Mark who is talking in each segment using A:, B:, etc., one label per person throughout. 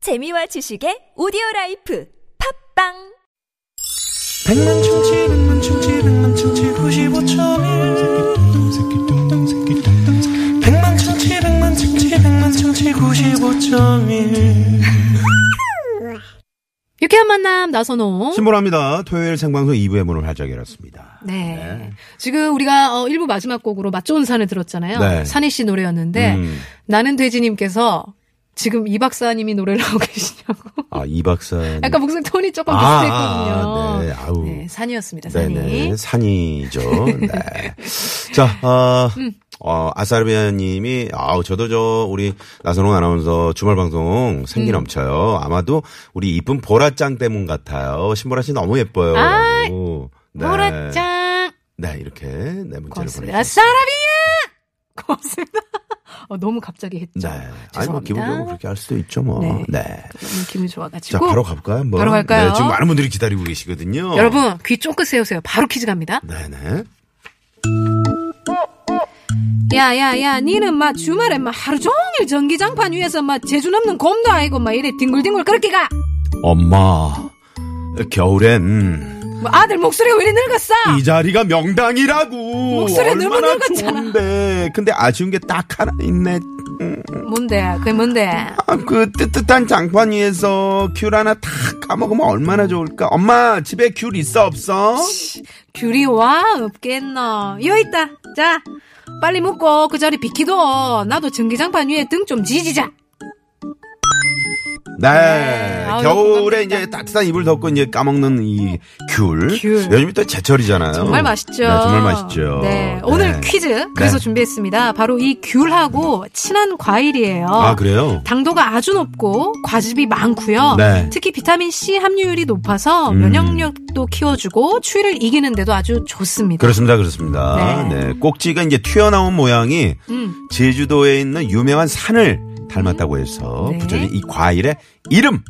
A: 재미와 지식의 오디오 라이프 팝빵
B: 백만 충치 백만 충치 백만 충치 95.1 백만 충치 백만 충치 백만 충치 95.1
C: 유쾌한 만남 나선홍.
D: 신보라입니다. 토요일 생방송 2부의 문을 활짝 열었습니다.
C: 네. 지금 우리가 어, 1부 마지막 곡으로 맛 좋은 산을 들었잖아요.
D: 네.
C: 산희 씨 노래였는데
D: 음.
C: 나는 돼지님께서 지금 이 박사님이 노래를 하고 계시냐고.
D: 아, 이 박사.
C: 약간 목소리 톤이 조금
D: 아, 아,
C: 비슷했거든요.
D: 네. 아우.
C: 산이었습니다. 산이.
D: 네네. 산이죠. 네. 자, 아,
C: 음.
D: 어, 아사르비아 님이, 아우, 저도 저, 우리 나선홍 아나운서 주말 방송
C: 음.
D: 생기 넘쳐요. 아마도 우리 이쁜 보라짱 때문 같아요. 신보라 씨 너무 예뻐요.
C: 아이,
D: 라고. 네.
C: 보라짱.
D: 네, 이렇게, 네, 문자를
C: 고맙습니다. 아,
D: 보내주셨습니다.
C: 사라비야. 고맙습니다. 어, 너무 갑자기 했죠.
D: 네.
C: 죄송합니다.
D: 아니, 뭐, 기본적으로 그렇게 할 수도 있죠, 뭐.
C: 네.
D: 네.
C: 너무 기분이 좋아가지고.
D: 자, 바로 가볼까요? 한번?
C: 바로 갈까요?
D: 네, 지금 많은 분들이 기다리고 계시거든요.
C: 여러분 귀 쫑긋 세우세요. 바로 퀴즈 갑니다.
D: 네네.
C: 야야야 니는 막 주말에 막 하루 종일 전기장판 위에서 막 재주 넘는 곰도 아니고 막 이래 뒹굴뒹굴 그렇게 가.
D: 엄마, 겨울엔
C: 뭐 아들 목소리가 왜 이리 늙었어?
D: 이 자리가 명당이라고.
C: 목소리 늘고
D: 얼마나
C: 늙었잖아.
D: 좋은데. 근데 아쉬운 게 딱 하나 있네. 음,
C: 뭔데? 그게 뭔데?
D: 아, 그 뜨뜻한 장판 위에서 귤 하나 탁 까먹으면 얼마나 좋을까. 엄마, 집에 귤 있어, 없어?
C: 귤이 와 없겠노. 여기 있다. 자 빨리 먹고 그 자리 비키도. 나도 전기장판 위에 등 좀 지지자.
D: 네.
C: 아유,
D: 겨울에
C: 공감된다.
D: 이제 따뜻한 이불 덮고 이제 까먹는 이 귤.
C: 귤.
D: 요즘이 또 제철이잖아요.
C: 정말 맛있죠.
D: 네, 정말 맛있죠.
C: 네, 오늘
D: 네.
C: 퀴즈 그래서
D: 네.
C: 준비했습니다. 바로 이 귤하고 친한 과일이에요.
D: 아, 그래요?
C: 당도가 아주 높고 과즙이 많고요.
D: 네.
C: 특히 비타민 C 함유율이 높아서
D: 음.
C: 면역력도 키워주고 추위를 이기는데도 아주 좋습니다.
D: 그렇습니다, 그렇습니다.
C: 그러니까. 네.
D: 네. 꼭지가 이제 튀어나온 모양이
C: 음.
D: 제주도에 있는 유명한 산을 닮았다고 해서
C: 네.
D: 붙여진 이 과일의 이름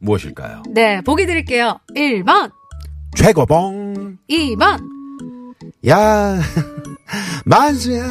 D: 무엇일까요?
C: 네, 보기 드릴게요. 1번,
D: 최고봉.
C: 2번.
D: 야, 만수야.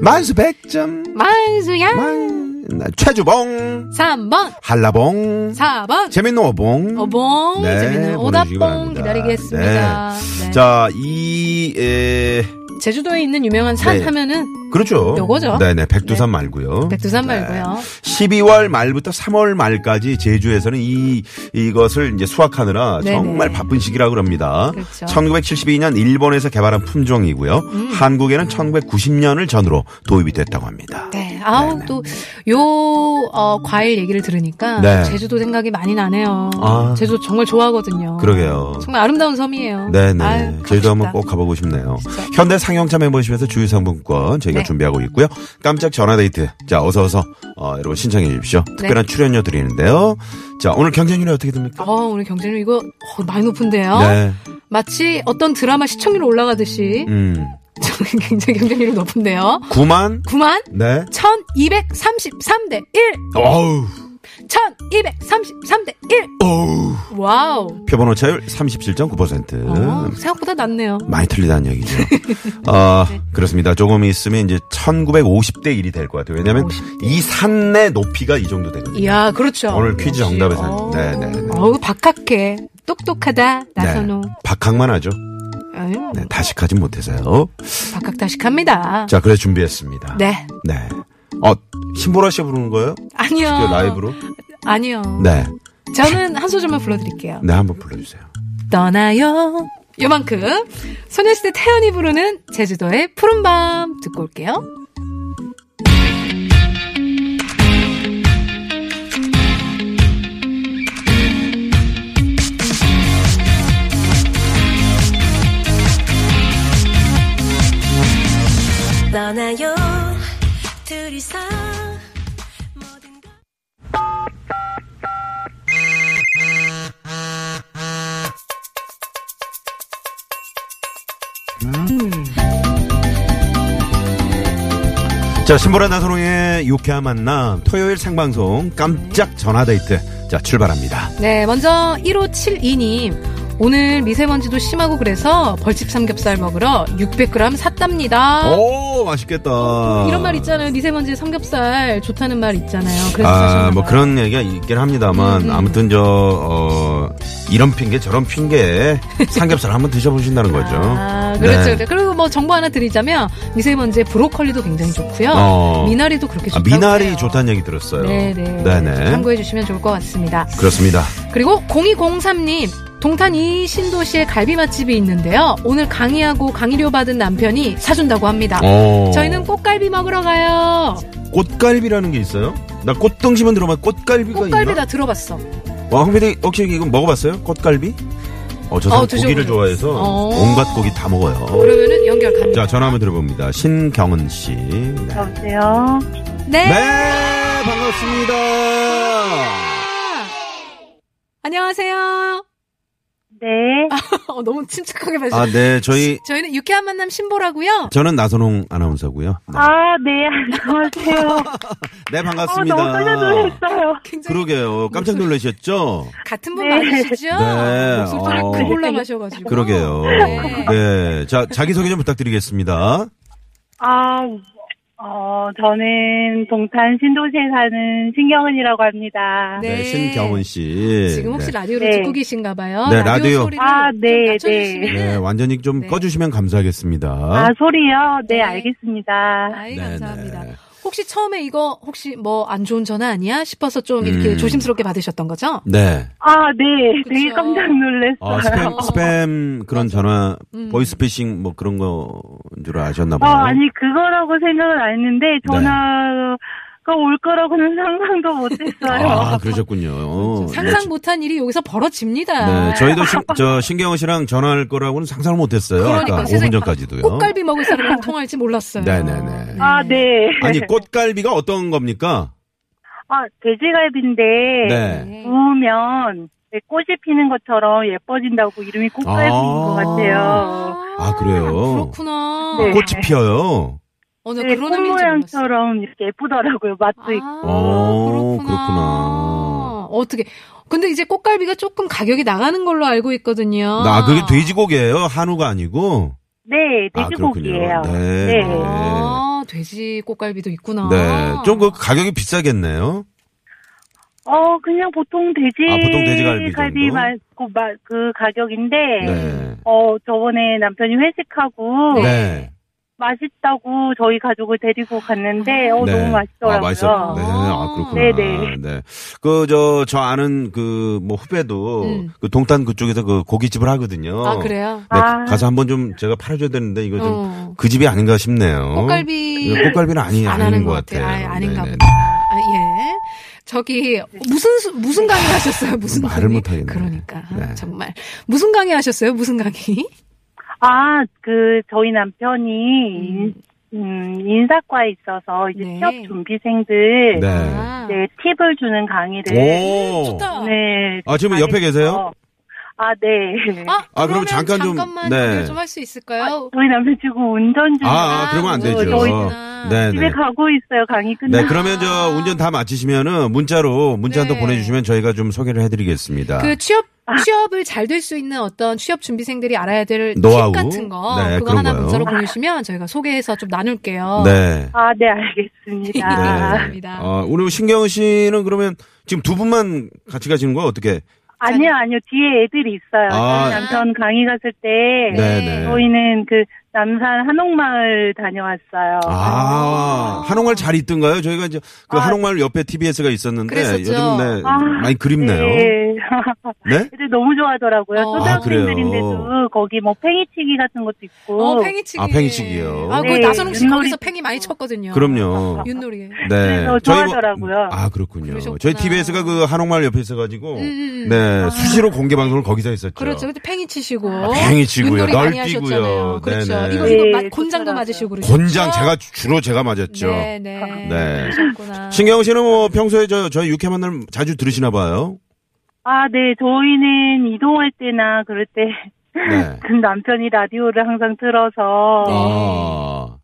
D: 만수 백점.
C: 만수야.
D: 만, 나 최주봉.
C: 3번,
D: 한라봉.
C: 4번.
D: 재밌는 오봉.
C: 어봉.
D: 네,
C: 재밌는
D: 보내주시기
C: 오답봉
D: 바랍니다.
C: 기다리겠습니다. 네.
D: 자, 이, 에,
C: 제주도에 있는 유명한 산
D: 네.
C: 하면은
D: 그렇죠.
C: 요거죠.
D: 네네, 백두산 말고요.
C: 백두산
D: 네.
C: 말고요.
D: 12월 말부터 3월 말까지 제주에서는 이 이것을 이제 수확하느라
C: 네네.
D: 정말 바쁜 시기라고 그럽니다.
C: 그렇죠. 음.
D: 1972년 일본에서 개발한 품종이고요. 한국에는 1990년을 전후로 도입이 됐다고 합니다.
C: 네, 아우
D: 네네.
C: 또 요 어, 과일 얘기를 들으니까
D: 네.
C: 제주도 생각이 많이 나네요.
D: 아.
C: 제주도 정말 좋아하거든요.
D: 그러게요.
C: 정말 아름다운 섬이에요.
D: 네네.
C: 아유, 가고
D: 제주도 한번
C: 싶다.
D: 꼭 가보고 싶네요.
C: 진짜.
D: 현대 상용차 멤버십에서 주유 상품권 저희가
C: 네.
D: 준비하고 있고요. 깜짝 전화데이트. 자, 어서 어서 어, 여러분 신청해 주십시오.
C: 네.
D: 특별한 출연료 드리는데요. 자, 오늘 경쟁률이 어떻게 됩니까?
C: 어, 오늘 경쟁률 이거 어, 많이 높은데요.
D: 네.
C: 마치 어떤 드라마 시청률 올라가듯이
D: 음.
C: 저는 굉장히 경쟁률이 높은데요.
D: 9만
C: 9만
D: 네.
C: 1233대 1.
D: 어우.
C: 1233대 1.
D: 어우.
C: 와우.
D: 표본 오차율 37.9%.
C: 어, 생각보다 낮네요.
D: 많이 틀리다는 얘기죠. 아,
C: 네.
D: 그렇습니다. 조금 있으면 이제 1950대 1이 될 것 같아요. 왜냐면
C: 50대.
D: 이 산내 높이가 이 정도 되거든요.
C: 이야, 그렇죠.
D: 오늘 퀴즈
C: 역시.
D: 정답의 산.
C: 어.
D: 네, 네, 네.
C: 어우, 박학해. 똑똑하다. 나선호.
D: 박학만 하죠.
C: 아유,
D: 네, 다식하진 못해서요.
C: 박학다식합니다.
D: 자, 그래서 준비했습니다.
C: 네.
D: 네. 어, 신보라 씨 부르는 거예요?
C: 아니요.
D: 이거 라이브로?
C: 아니요.
D: 네.
C: 저는 한 소절만 불러드릴게요.
D: 네, 한번 불러주세요.
C: 떠나요. 요만큼. 소녀시대 태연이 부르는 제주도의 푸른밤 듣고 올게요.
E: 떠나요 둘이서 모든 걸
D: 자, 신보라 나선홍의 유쾌한 만남 토요일 생방송 깜짝 전화데이트. 자, 출발합니다.
C: 네, 먼저 1572님. 오늘 미세먼지도 심하고 그래서 벌집 삼겹살 먹으러 600g 샀답니다.
D: 오, 맛있겠다.
C: 아. 어, 이런 말 있잖아요. 미세먼지 삼겹살 좋다는 말 있잖아요. 그래서 음,
D: 아,
C: 사셨나
D: 뭐
C: 봐요.
D: 그런 얘기가 있긴 합니다만 아무튼 저 어, 이런 핑계 저런 핑계 삼겹살 한번 드셔보신다는 거죠.
C: 아, 그렇죠.
D: 네.
C: 그렇죠. 그리고 뭐 정보 하나 드리자면 미세먼지에 브로콜리도 굉장히 좋고요.
D: 어.
C: 미나리도 그렇게
D: 아,
C: 좋다고
D: 미나리
C: 해요.
D: 좋다는 얘기 들었어요.
C: 네네.
D: 네네.
C: 참고해 주시면 좋을 것 같습니다.
D: 그렇습니다.
C: 그리고 0203님 동탄 이 신도시에 갈비 맛집이 있는데요. 오늘 강의하고 강의료 받은 남편이 사준다고 합니다.
D: 어.
C: 아, 저희는 꽃갈비 먹으러 가요.
D: 꽃갈비라는 게 있어요? 나 꽃등심은 들어봤 꽃갈비가
C: 꽃갈비
D: 있나?
C: 다 들어봤어.
D: 와, 홍PD 혹시 이거 먹어봤어요? 꽃갈비? 어, 저 사람
C: 어, 드셔보셨어요?
D: 고기를 좋아해서
C: 어.
D: 온갖 고기 다 먹어요.
C: 그러면은 연결 갑니다.
D: 자, 전화 한번 들어봅니다. 신경은 씨. 네.
F: 여보세요.
C: 네.
D: 네, 반갑습니다.
C: 안녕하세요.
F: 네.
C: 어, 너무 침착하게 말씀.
D: 아, 네, 저희
C: 저희는 유쾌한 만남 신보라고요.
D: 저는 나선홍 아나운서고요. 네,
F: 아, 네, 안녕하세요.
D: 네,
F: 어,
D: 반갑습니다.
F: 너무 떨려 놀랐어요.
C: 굉장히
D: 그러게요. 깜짝 놀라셨죠?
C: 같은 분
F: 네.
C: 맞으시죠?
D: 네.
C: 목소리를
D: 어.
C: 어. 올라가셔가지고.
D: 그러게요.
C: 네.
D: 네. 자, 자기소개 좀 부탁드리겠습니다.
F: 아, 어, 저는 동탄 신도시에 사는 신경은이라고 합니다.
C: 네.
D: 신경은 씨.
C: 지금 혹시
D: 네.
C: 라디오를
F: 네.
C: 듣고 계신가 봐요.
D: 네, 라디오.
C: 소리를
F: 아,
C: 좀
F: 네,
C: 낮춰주시면
D: 네, 완전히 좀
C: 네.
D: 꺼주시면 감사하겠습니다.
F: 아, 소리요? 네,
C: 네.
F: 알겠습니다.
C: 아이
D: 네,
C: 감사합니다.
D: 네.
C: 혹시 처음에 이거 혹시 뭐 안 좋은 전화 아니야 싶어서 좀 이렇게
D: 음.
C: 조심스럽게 받으셨던 거죠?
D: 네.
F: 아, 네, 되게
C: 그쵸.
F: 깜짝 놀랐어요.
D: 어, 스팸, 스팸 그런 전화, 보이스피싱 뭐 그런 거인 줄 아셨나 네.
F: 어,
D: 봐요.
F: 아니, 그거라고 생각은 안 했는데, 전화가 올 거라고는 상상도 못 했어요.
D: 아, 그러셨군요. 그렇죠.
C: 상상 못한 일이 여기서 벌어집니다.
D: 네, 저희도 신, 저 신경호 씨랑 전화할 거라고는 상상을 못했어요.
C: 그러니까
D: 아까
C: 세상에
D: 5분 전까지도요.
C: 꽃갈비 먹을 사람이랑 통할지 몰랐어요.
D: 네네네.
F: 아, 네.
D: 아니 꽃갈비가 어떤 겁니까?
F: 아, 돼지갈비인데,
D: 네.
F: 구우면 왜 꽃이 피는 것처럼 예뻐진다고 이름이 꽃갈비인 것
D: 아.
F: 같아요.
D: 아, 그래요?
C: 그렇구나.
F: 네.
D: 꽃이 피어요.
C: 어, 나
F: 네, 꽃
C: 그런 의미인 줄 몰랐어.
F: 모양처럼 이렇게 예쁘더라고요. 맛도 있고.
C: 아,
D: 어,
C: 그렇구나.
D: 그렇구나.
C: 어떻게? 근데 이제 꽃갈비가 조금 가격이 나가는 걸로 알고 있거든요.
D: 나 그게 돼지고기예요. 한우가 아니고.
F: 네,
D: 아
F: 돼지고기예요.
D: 그렇군요. 네.
F: 네.
C: 아, 돼지 꽃갈비도 있구나.
D: 네. 좀 그 가격이 비싸겠네요.
F: 어, 그냥 보통 돼지,
D: 아, 보통 돼지갈비
F: 갈비
D: 정도?
F: 말고 마- 그 가격인데,
D: 네.
F: 어, 저번에 남편이 회식하고,
D: 네.
F: 맛있다고 저희 가족을 데리고 갔는데, 어,
D: 네.
F: 너무
D: 아,
F: 맛있더라고요.
D: 맛있어. 네. 아, 그렇구나.
F: 네, 네.
D: 그, 저, 저 아는 그, 뭐, 후배도
C: 음.
D: 그 동탄 그쪽에서 그 고깃집을 하거든요.
C: 아, 그래요?
D: 네,
F: 아.
D: 가서 한번 좀 제가 팔아줘야 되는데 이거 좀 그
C: 어.
D: 집이 아닌가 싶네요.
C: 꽃갈비
D: 네, 꽃갈비는 아니,
C: 안
D: 아닌
C: 하는
D: 것
C: 것
D: 같아요.
C: 같아요. 아, 아닌가
D: 네네.
C: 보다. 아, 예. 저기 무슨 수- 무슨 강의 하셨어요? 무슨
D: 말을
C: 강의?
D: 못 하겠네.
C: 그러니까 아,
D: 네.
C: 정말 무슨 강의 하셨어요? 무슨 강의?
F: 아, 그, 저희 남편이, 음, 인사과에 있어서 이제
C: 네.
F: 취업 준비생들, 네.
D: 네.
C: 아.
F: 팁을 주는 강의를.
D: 오.
C: 좋다.
F: 네.
D: 아, 지금 옆에 계세요?
F: 아, 네.
C: 아,
D: 아,
C: 그러면
D: 그럼 잠깐 좀-
C: 잠깐만
D: 네.
C: 네. 좀할 수 있을까요? 어,
F: 저희 남편 지금 운전 중이라
D: 아, 아, 그러면 안 되죠.
C: 저희구나.
D: 네,
F: 집에
D: 네.
F: 가고 있어요. 강의 끝나.
D: 네, 그러면 저 운전 다 마치시면은 문자로 문자 한 통
C: 아. 네.
D: 보내주시면 저희가 좀 소개를 해드리겠습니다.
C: 그 취업 취업을 잘 될 수 있는 어떤 취업 준비생들이 알아야 될 팁
D: 노하우?
C: 같은 거
D: 네,
C: 그거
D: 그런
C: 하나
D: 거요.
C: 문자로 보내주시면 저희가 소개해서 좀 나눌게요.
D: 네.
F: 아, 네,
C: 네,
F: 알겠습니다.
C: 어. 감사합니다.
D: 어, 오늘 신경은 씨는 그러면 지금 두 분만 같이 가시는 거예요? 어떻게?
F: 아니요, 아니요. 뒤에 애들이 있어요.
D: 아.
F: 저희 남편 강의 갔을 때
D: 네,
C: 네.
D: 네.
F: 저희는 그 남산 한옥마을 다녀왔어요.
D: 아, 한옥마을 잘 있던가요? 저희가 이제 그
F: 아.
D: 한옥마을 옆에 TBS가 있었는데
C: 그랬었죠.
D: 요즘 네,
F: 아,
D: 많이 그립네요. 네.
F: 네. 애들 너무 좋아하더라고요.
C: 어.
D: 아,
F: 초등학생들인데도 거기 뭐 팽이치기 같은 것도 있고.
C: 어, 팽이치기.
D: 아, 팽이치기요.
C: 아, 그
F: 네,
C: 나선홍 씨
F: 윷놀이
C: 거기서
F: 듣고.
C: 팽이 많이 쳤거든요. 아.
D: 그럼요.
C: 윷놀이에. 음,
D: 네.
F: 그래서
D: 저희 뭐-
F: 좋아하더라고요.
D: 아, 그렇군요.
C: 그러셨구나.
D: 저희 TBS가 그 한옥마을 옆에 있어가지고,
C: 음.
D: 네, 수시로 공개 방송을 거기서 했었죠.
C: 그렇죠. 그때 팽이 치시고.
D: 아, 팽이 치고요.
C: 윷놀이 많이
D: 널뛰고요.
C: 하셨잖아요. 그렇죠.
D: 네네.
C: 이거 이거
F: 네,
C: 맞- 곤장도
F: 좋더라고요. 아,
C: 맞으시고 그러죠.
D: 곤장 제가 주로 제가 맞았죠.
C: 네, 네.
D: 네.
C: 그러셨구나.
D: 신경 씨는 뭐 평소에 저 저희 육회 만남 자주 들으시나 봐요.
F: 아, 네. 저희는 이동할 때나 그럴 때
D: 네.
F: 그 남편이 라디오를 항상 틀어서
D: 아.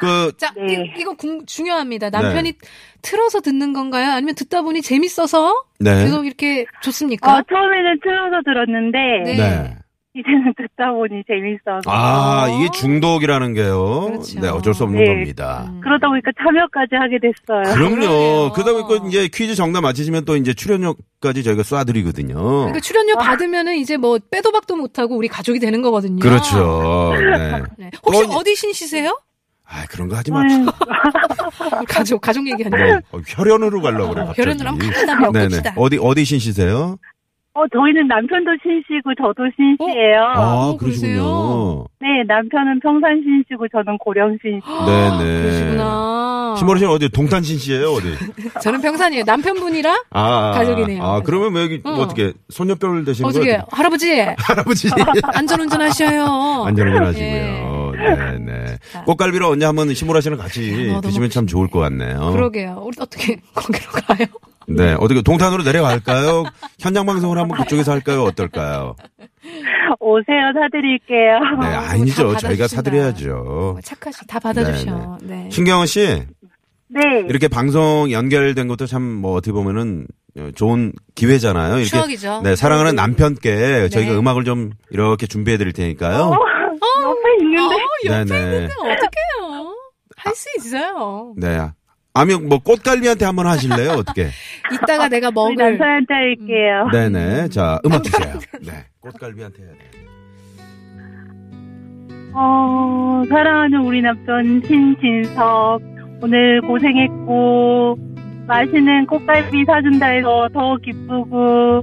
D: 그
C: 자,
F: 네.
C: 이, 이거 궁- 중요합니다. 남편이 틀어서 듣는 건가요? 아니면 듣다 보니 재밌어서
D: 네.
C: 계속 이렇게 좋습니까?
F: 아, 어, 처음에는 틀어서 들었는데
C: 네.
D: 네.
F: 이제는 듣다 보니 재밌어서.
D: 아, 이게 중독이라는 게요.
C: 그렇죠. 음.
D: 네, 어쩔 수 없는
F: 네.
D: 겁니다.
F: 그러다 보니까 참여까지 하게 됐어요.
C: 그러네요.
D: 그럼요. 그러다 보니까 이제 퀴즈 정답 맞히시면 또 이제 출연료까지 저희가 쏴드리거든요.
C: 그러니까
F: 아.
C: 출연료 받으면은 이제 뭐 빼도 박도 못하고 우리 가족이 되는 거거든요.
D: 그렇죠. 네.
C: 네. 혹시
D: 또-
C: 어디신시세요?
D: 아, 그런 거 하지 마.
F: 아유,
C: 가족 가족 얘기하는 거.
D: 네. 어, 혈연으로 가려고 그래, 갑자기.
C: 결혼을 한번 갑니다. 몇
D: 네네.
C: 봅시다.
D: 어디, 어디 신시세요?
F: 어, 저희는 남편도 신씨고 저도 신씨예요.
D: 아,
C: 어,
D: 그러시군요.
C: 그러세요?
F: 네, 남편은 평산 신씨고 저는 고령 신씨.
C: 아,
D: 네네.
C: 그러시구나.
D: 신보라 씨는 어디 동탄 신시예요, 어디?
C: 저는 평산이에요. 남편분이랑
D: 아, 아,
C: 가족이네요.
D: 아, 그러면 왜 여기
C: 어.
D: 어떻게 손녀뼈를 대시는
C: 어떻게
D: 거예요?
C: 할아버지
D: 할아버지.
C: 안전운전 하셔요.
D: 안전을
C: 예.
D: 하시고요. 네네. 꽃갈비로 언제 한번 신보라 씨랑 같이
C: 어, 너무
D: 드시면 참 좋을 것 같네요.
C: 그러게요. 우리 어떻게 거기로 가요?
D: 네. 어떻게 동탄으로 내려갈까요? 현장 방송을 한번 그쪽에서 할까요? 어떨까요?
F: 오세요, 사드릴게요.
D: 네,
C: 아,
D: 아니죠.
C: 다
D: 저희가
C: 받아주신다.
D: 사드려야죠.
C: 착하시 다 받아주셔. 네.
D: 신경원 씨,
F: 네.
D: 이렇게 방송 연결된 것도 참 뭐 어떻게 보면은 좋은 기회잖아요. 이렇게
C: 추억이죠.
D: 네, 사랑하는 남편께 저희가
C: 네. 어,
D: 음악을 좀 이렇게 준비해 드릴 테니까요.
F: 옆에 있는데.
D: 네네.
C: 어떡해요? 할 수 있어요.
D: 네. 아니면 뭐 꽃갈비한테 한번 하실래요? 어떻게?
C: 이따가 내가
F: 우리
C: 먹을
F: 남편한테 할게요.
D: 네네. 자,
C: 아,
D: 음악 주세요. 네. 꽃갈비한테 해야 돼요.
F: 어, 사랑하는 우리 남편 신진섭. 오늘 고생했고, 맛있는 꽃갈비 사준다 해서 더 기쁘고,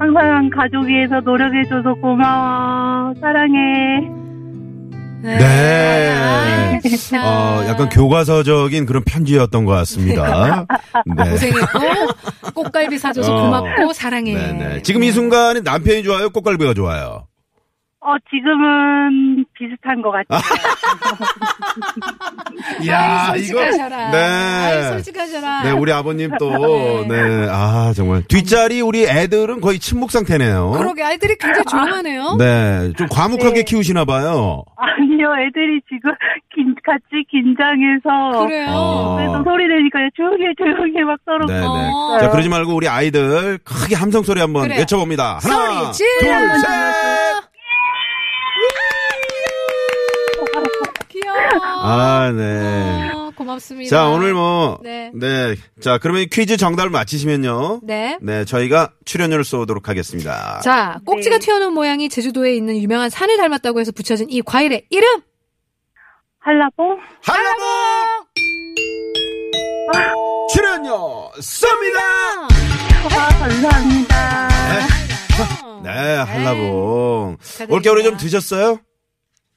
F: 항상 가족 위해서 노력해줘서 고마워. 사랑해.
C: 아,
D: 네. 어, 약간 교과서적인 그런 편지였던 것 같습니다.
C: 아,
D: 네.
C: 고생했고 꽃갈비 사줘서
D: 어.
C: 고맙고 사랑해.
D: 네네. 지금 이 순간에 남편이 좋아요? 꽃갈비가 좋아요?
F: 어, 지금은 비슷한 것 같아요.
D: 이야,
C: 아이, 솔직하셔라.
D: 네.
C: 아이, 솔직하셔라.
D: 네, 우리 아버님 또, 네. 아, 정말. 뒷자리 우리 애들은 거의 침묵 상태네요.
C: 그러게 아이들이 굉장히 조용하네요.
D: 네. 좀 과묵하게
F: 네.
D: 키우시나 봐요.
F: 아니요, 애들이 지금 긴- 같이 긴장해서.
C: 그래요. 네,
D: 어.
F: 그래서 소리 내니까 조용히 해, 조용히 해, 막 서로.
D: 네네.
C: 어.
D: 자, 그러지 말고 우리 아이들 크게 함성 소리 한번
C: 그래요.
D: 외쳐봅니다.
C: 소리
D: 하나,
C: 질러!
D: 둘, 셋!
C: 귀여워.
D: 아, 네.
C: 어, 고맙습니다.
D: 자, 오늘 뭐, 네.
C: 네.
D: 자, 그러면 퀴즈 정답을 맞히시면요.
C: 네.
D: 네, 저희가 출연료를 쏘도록 하겠습니다.
C: 자, 꼭지가 튀어나온 모양이 제주도에 있는 유명한 산을 닮았다고 해서 붙여진 이 과일의 이름.
F: 한라봉?
D: 한라봉! 출연료 쏩니다!
F: 아, 감사합니다. 어.
D: 네, 한라봉. 올겨울에 좀 드셨어요?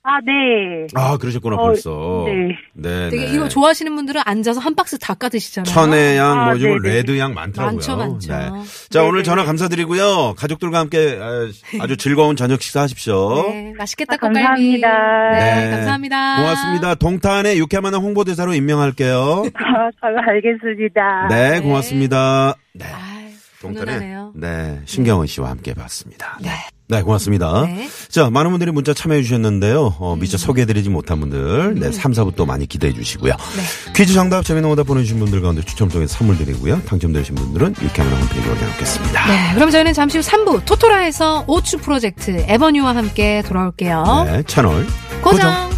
F: 아, 네.
D: 아, 그러셨구나,
F: 어,
D: 벌써.
F: 네.
D: 네.
C: 되게
D: 네.
C: 이거 좋아하시는 분들은 앉아서 한 박스 다 까드시잖아요.
D: 천혜향,
F: 아,
D: 뭐, 요즘
F: 네네.
D: 레드향 많더라고요.
C: 많죠, 많죠.
D: 자, 오늘
F: 네네.
D: 전화 감사드리고요. 가족들과 함께 아, 아주 즐거운 저녁 식사하십시오.
C: 네, 맛있겠다,
F: 아,
C: 꽃갈비.
F: 감사합니다.
C: 네, 감사합니다.
D: 고맙습니다. 동탄의 유쾌만한 홍보대사로 임명할게요.
F: 아, 잘 알겠습니다.
D: 네, 고맙습니다. 네.
C: 아유,
D: 동탄의
C: 훈훈하네요.
D: 네, 신경원 씨와 함께 봤습니다. 네. 네, 고맙습니다.
C: 네.
D: 자, 많은 분들이 문자 참여해 주셨는데요. 어,
C: 음.
D: 미처 소개해드리지 못한 분들, 네, 3, 4부또 많이 기대해 주시고요.
C: 네.
D: 퀴즈 정답, 재미있는 오답 보내주신 분들 가운데 추첨 통해 선물 드리고요. 당첨되신 분들은 유쾌한 홈페이지 올려놓겠습니다.
C: 네, 그럼 저희는 잠시 후 3부 토토라에서 오추 프로젝트 에버뉴와 함께 돌아올게요.
D: 네, 채널
C: 고정.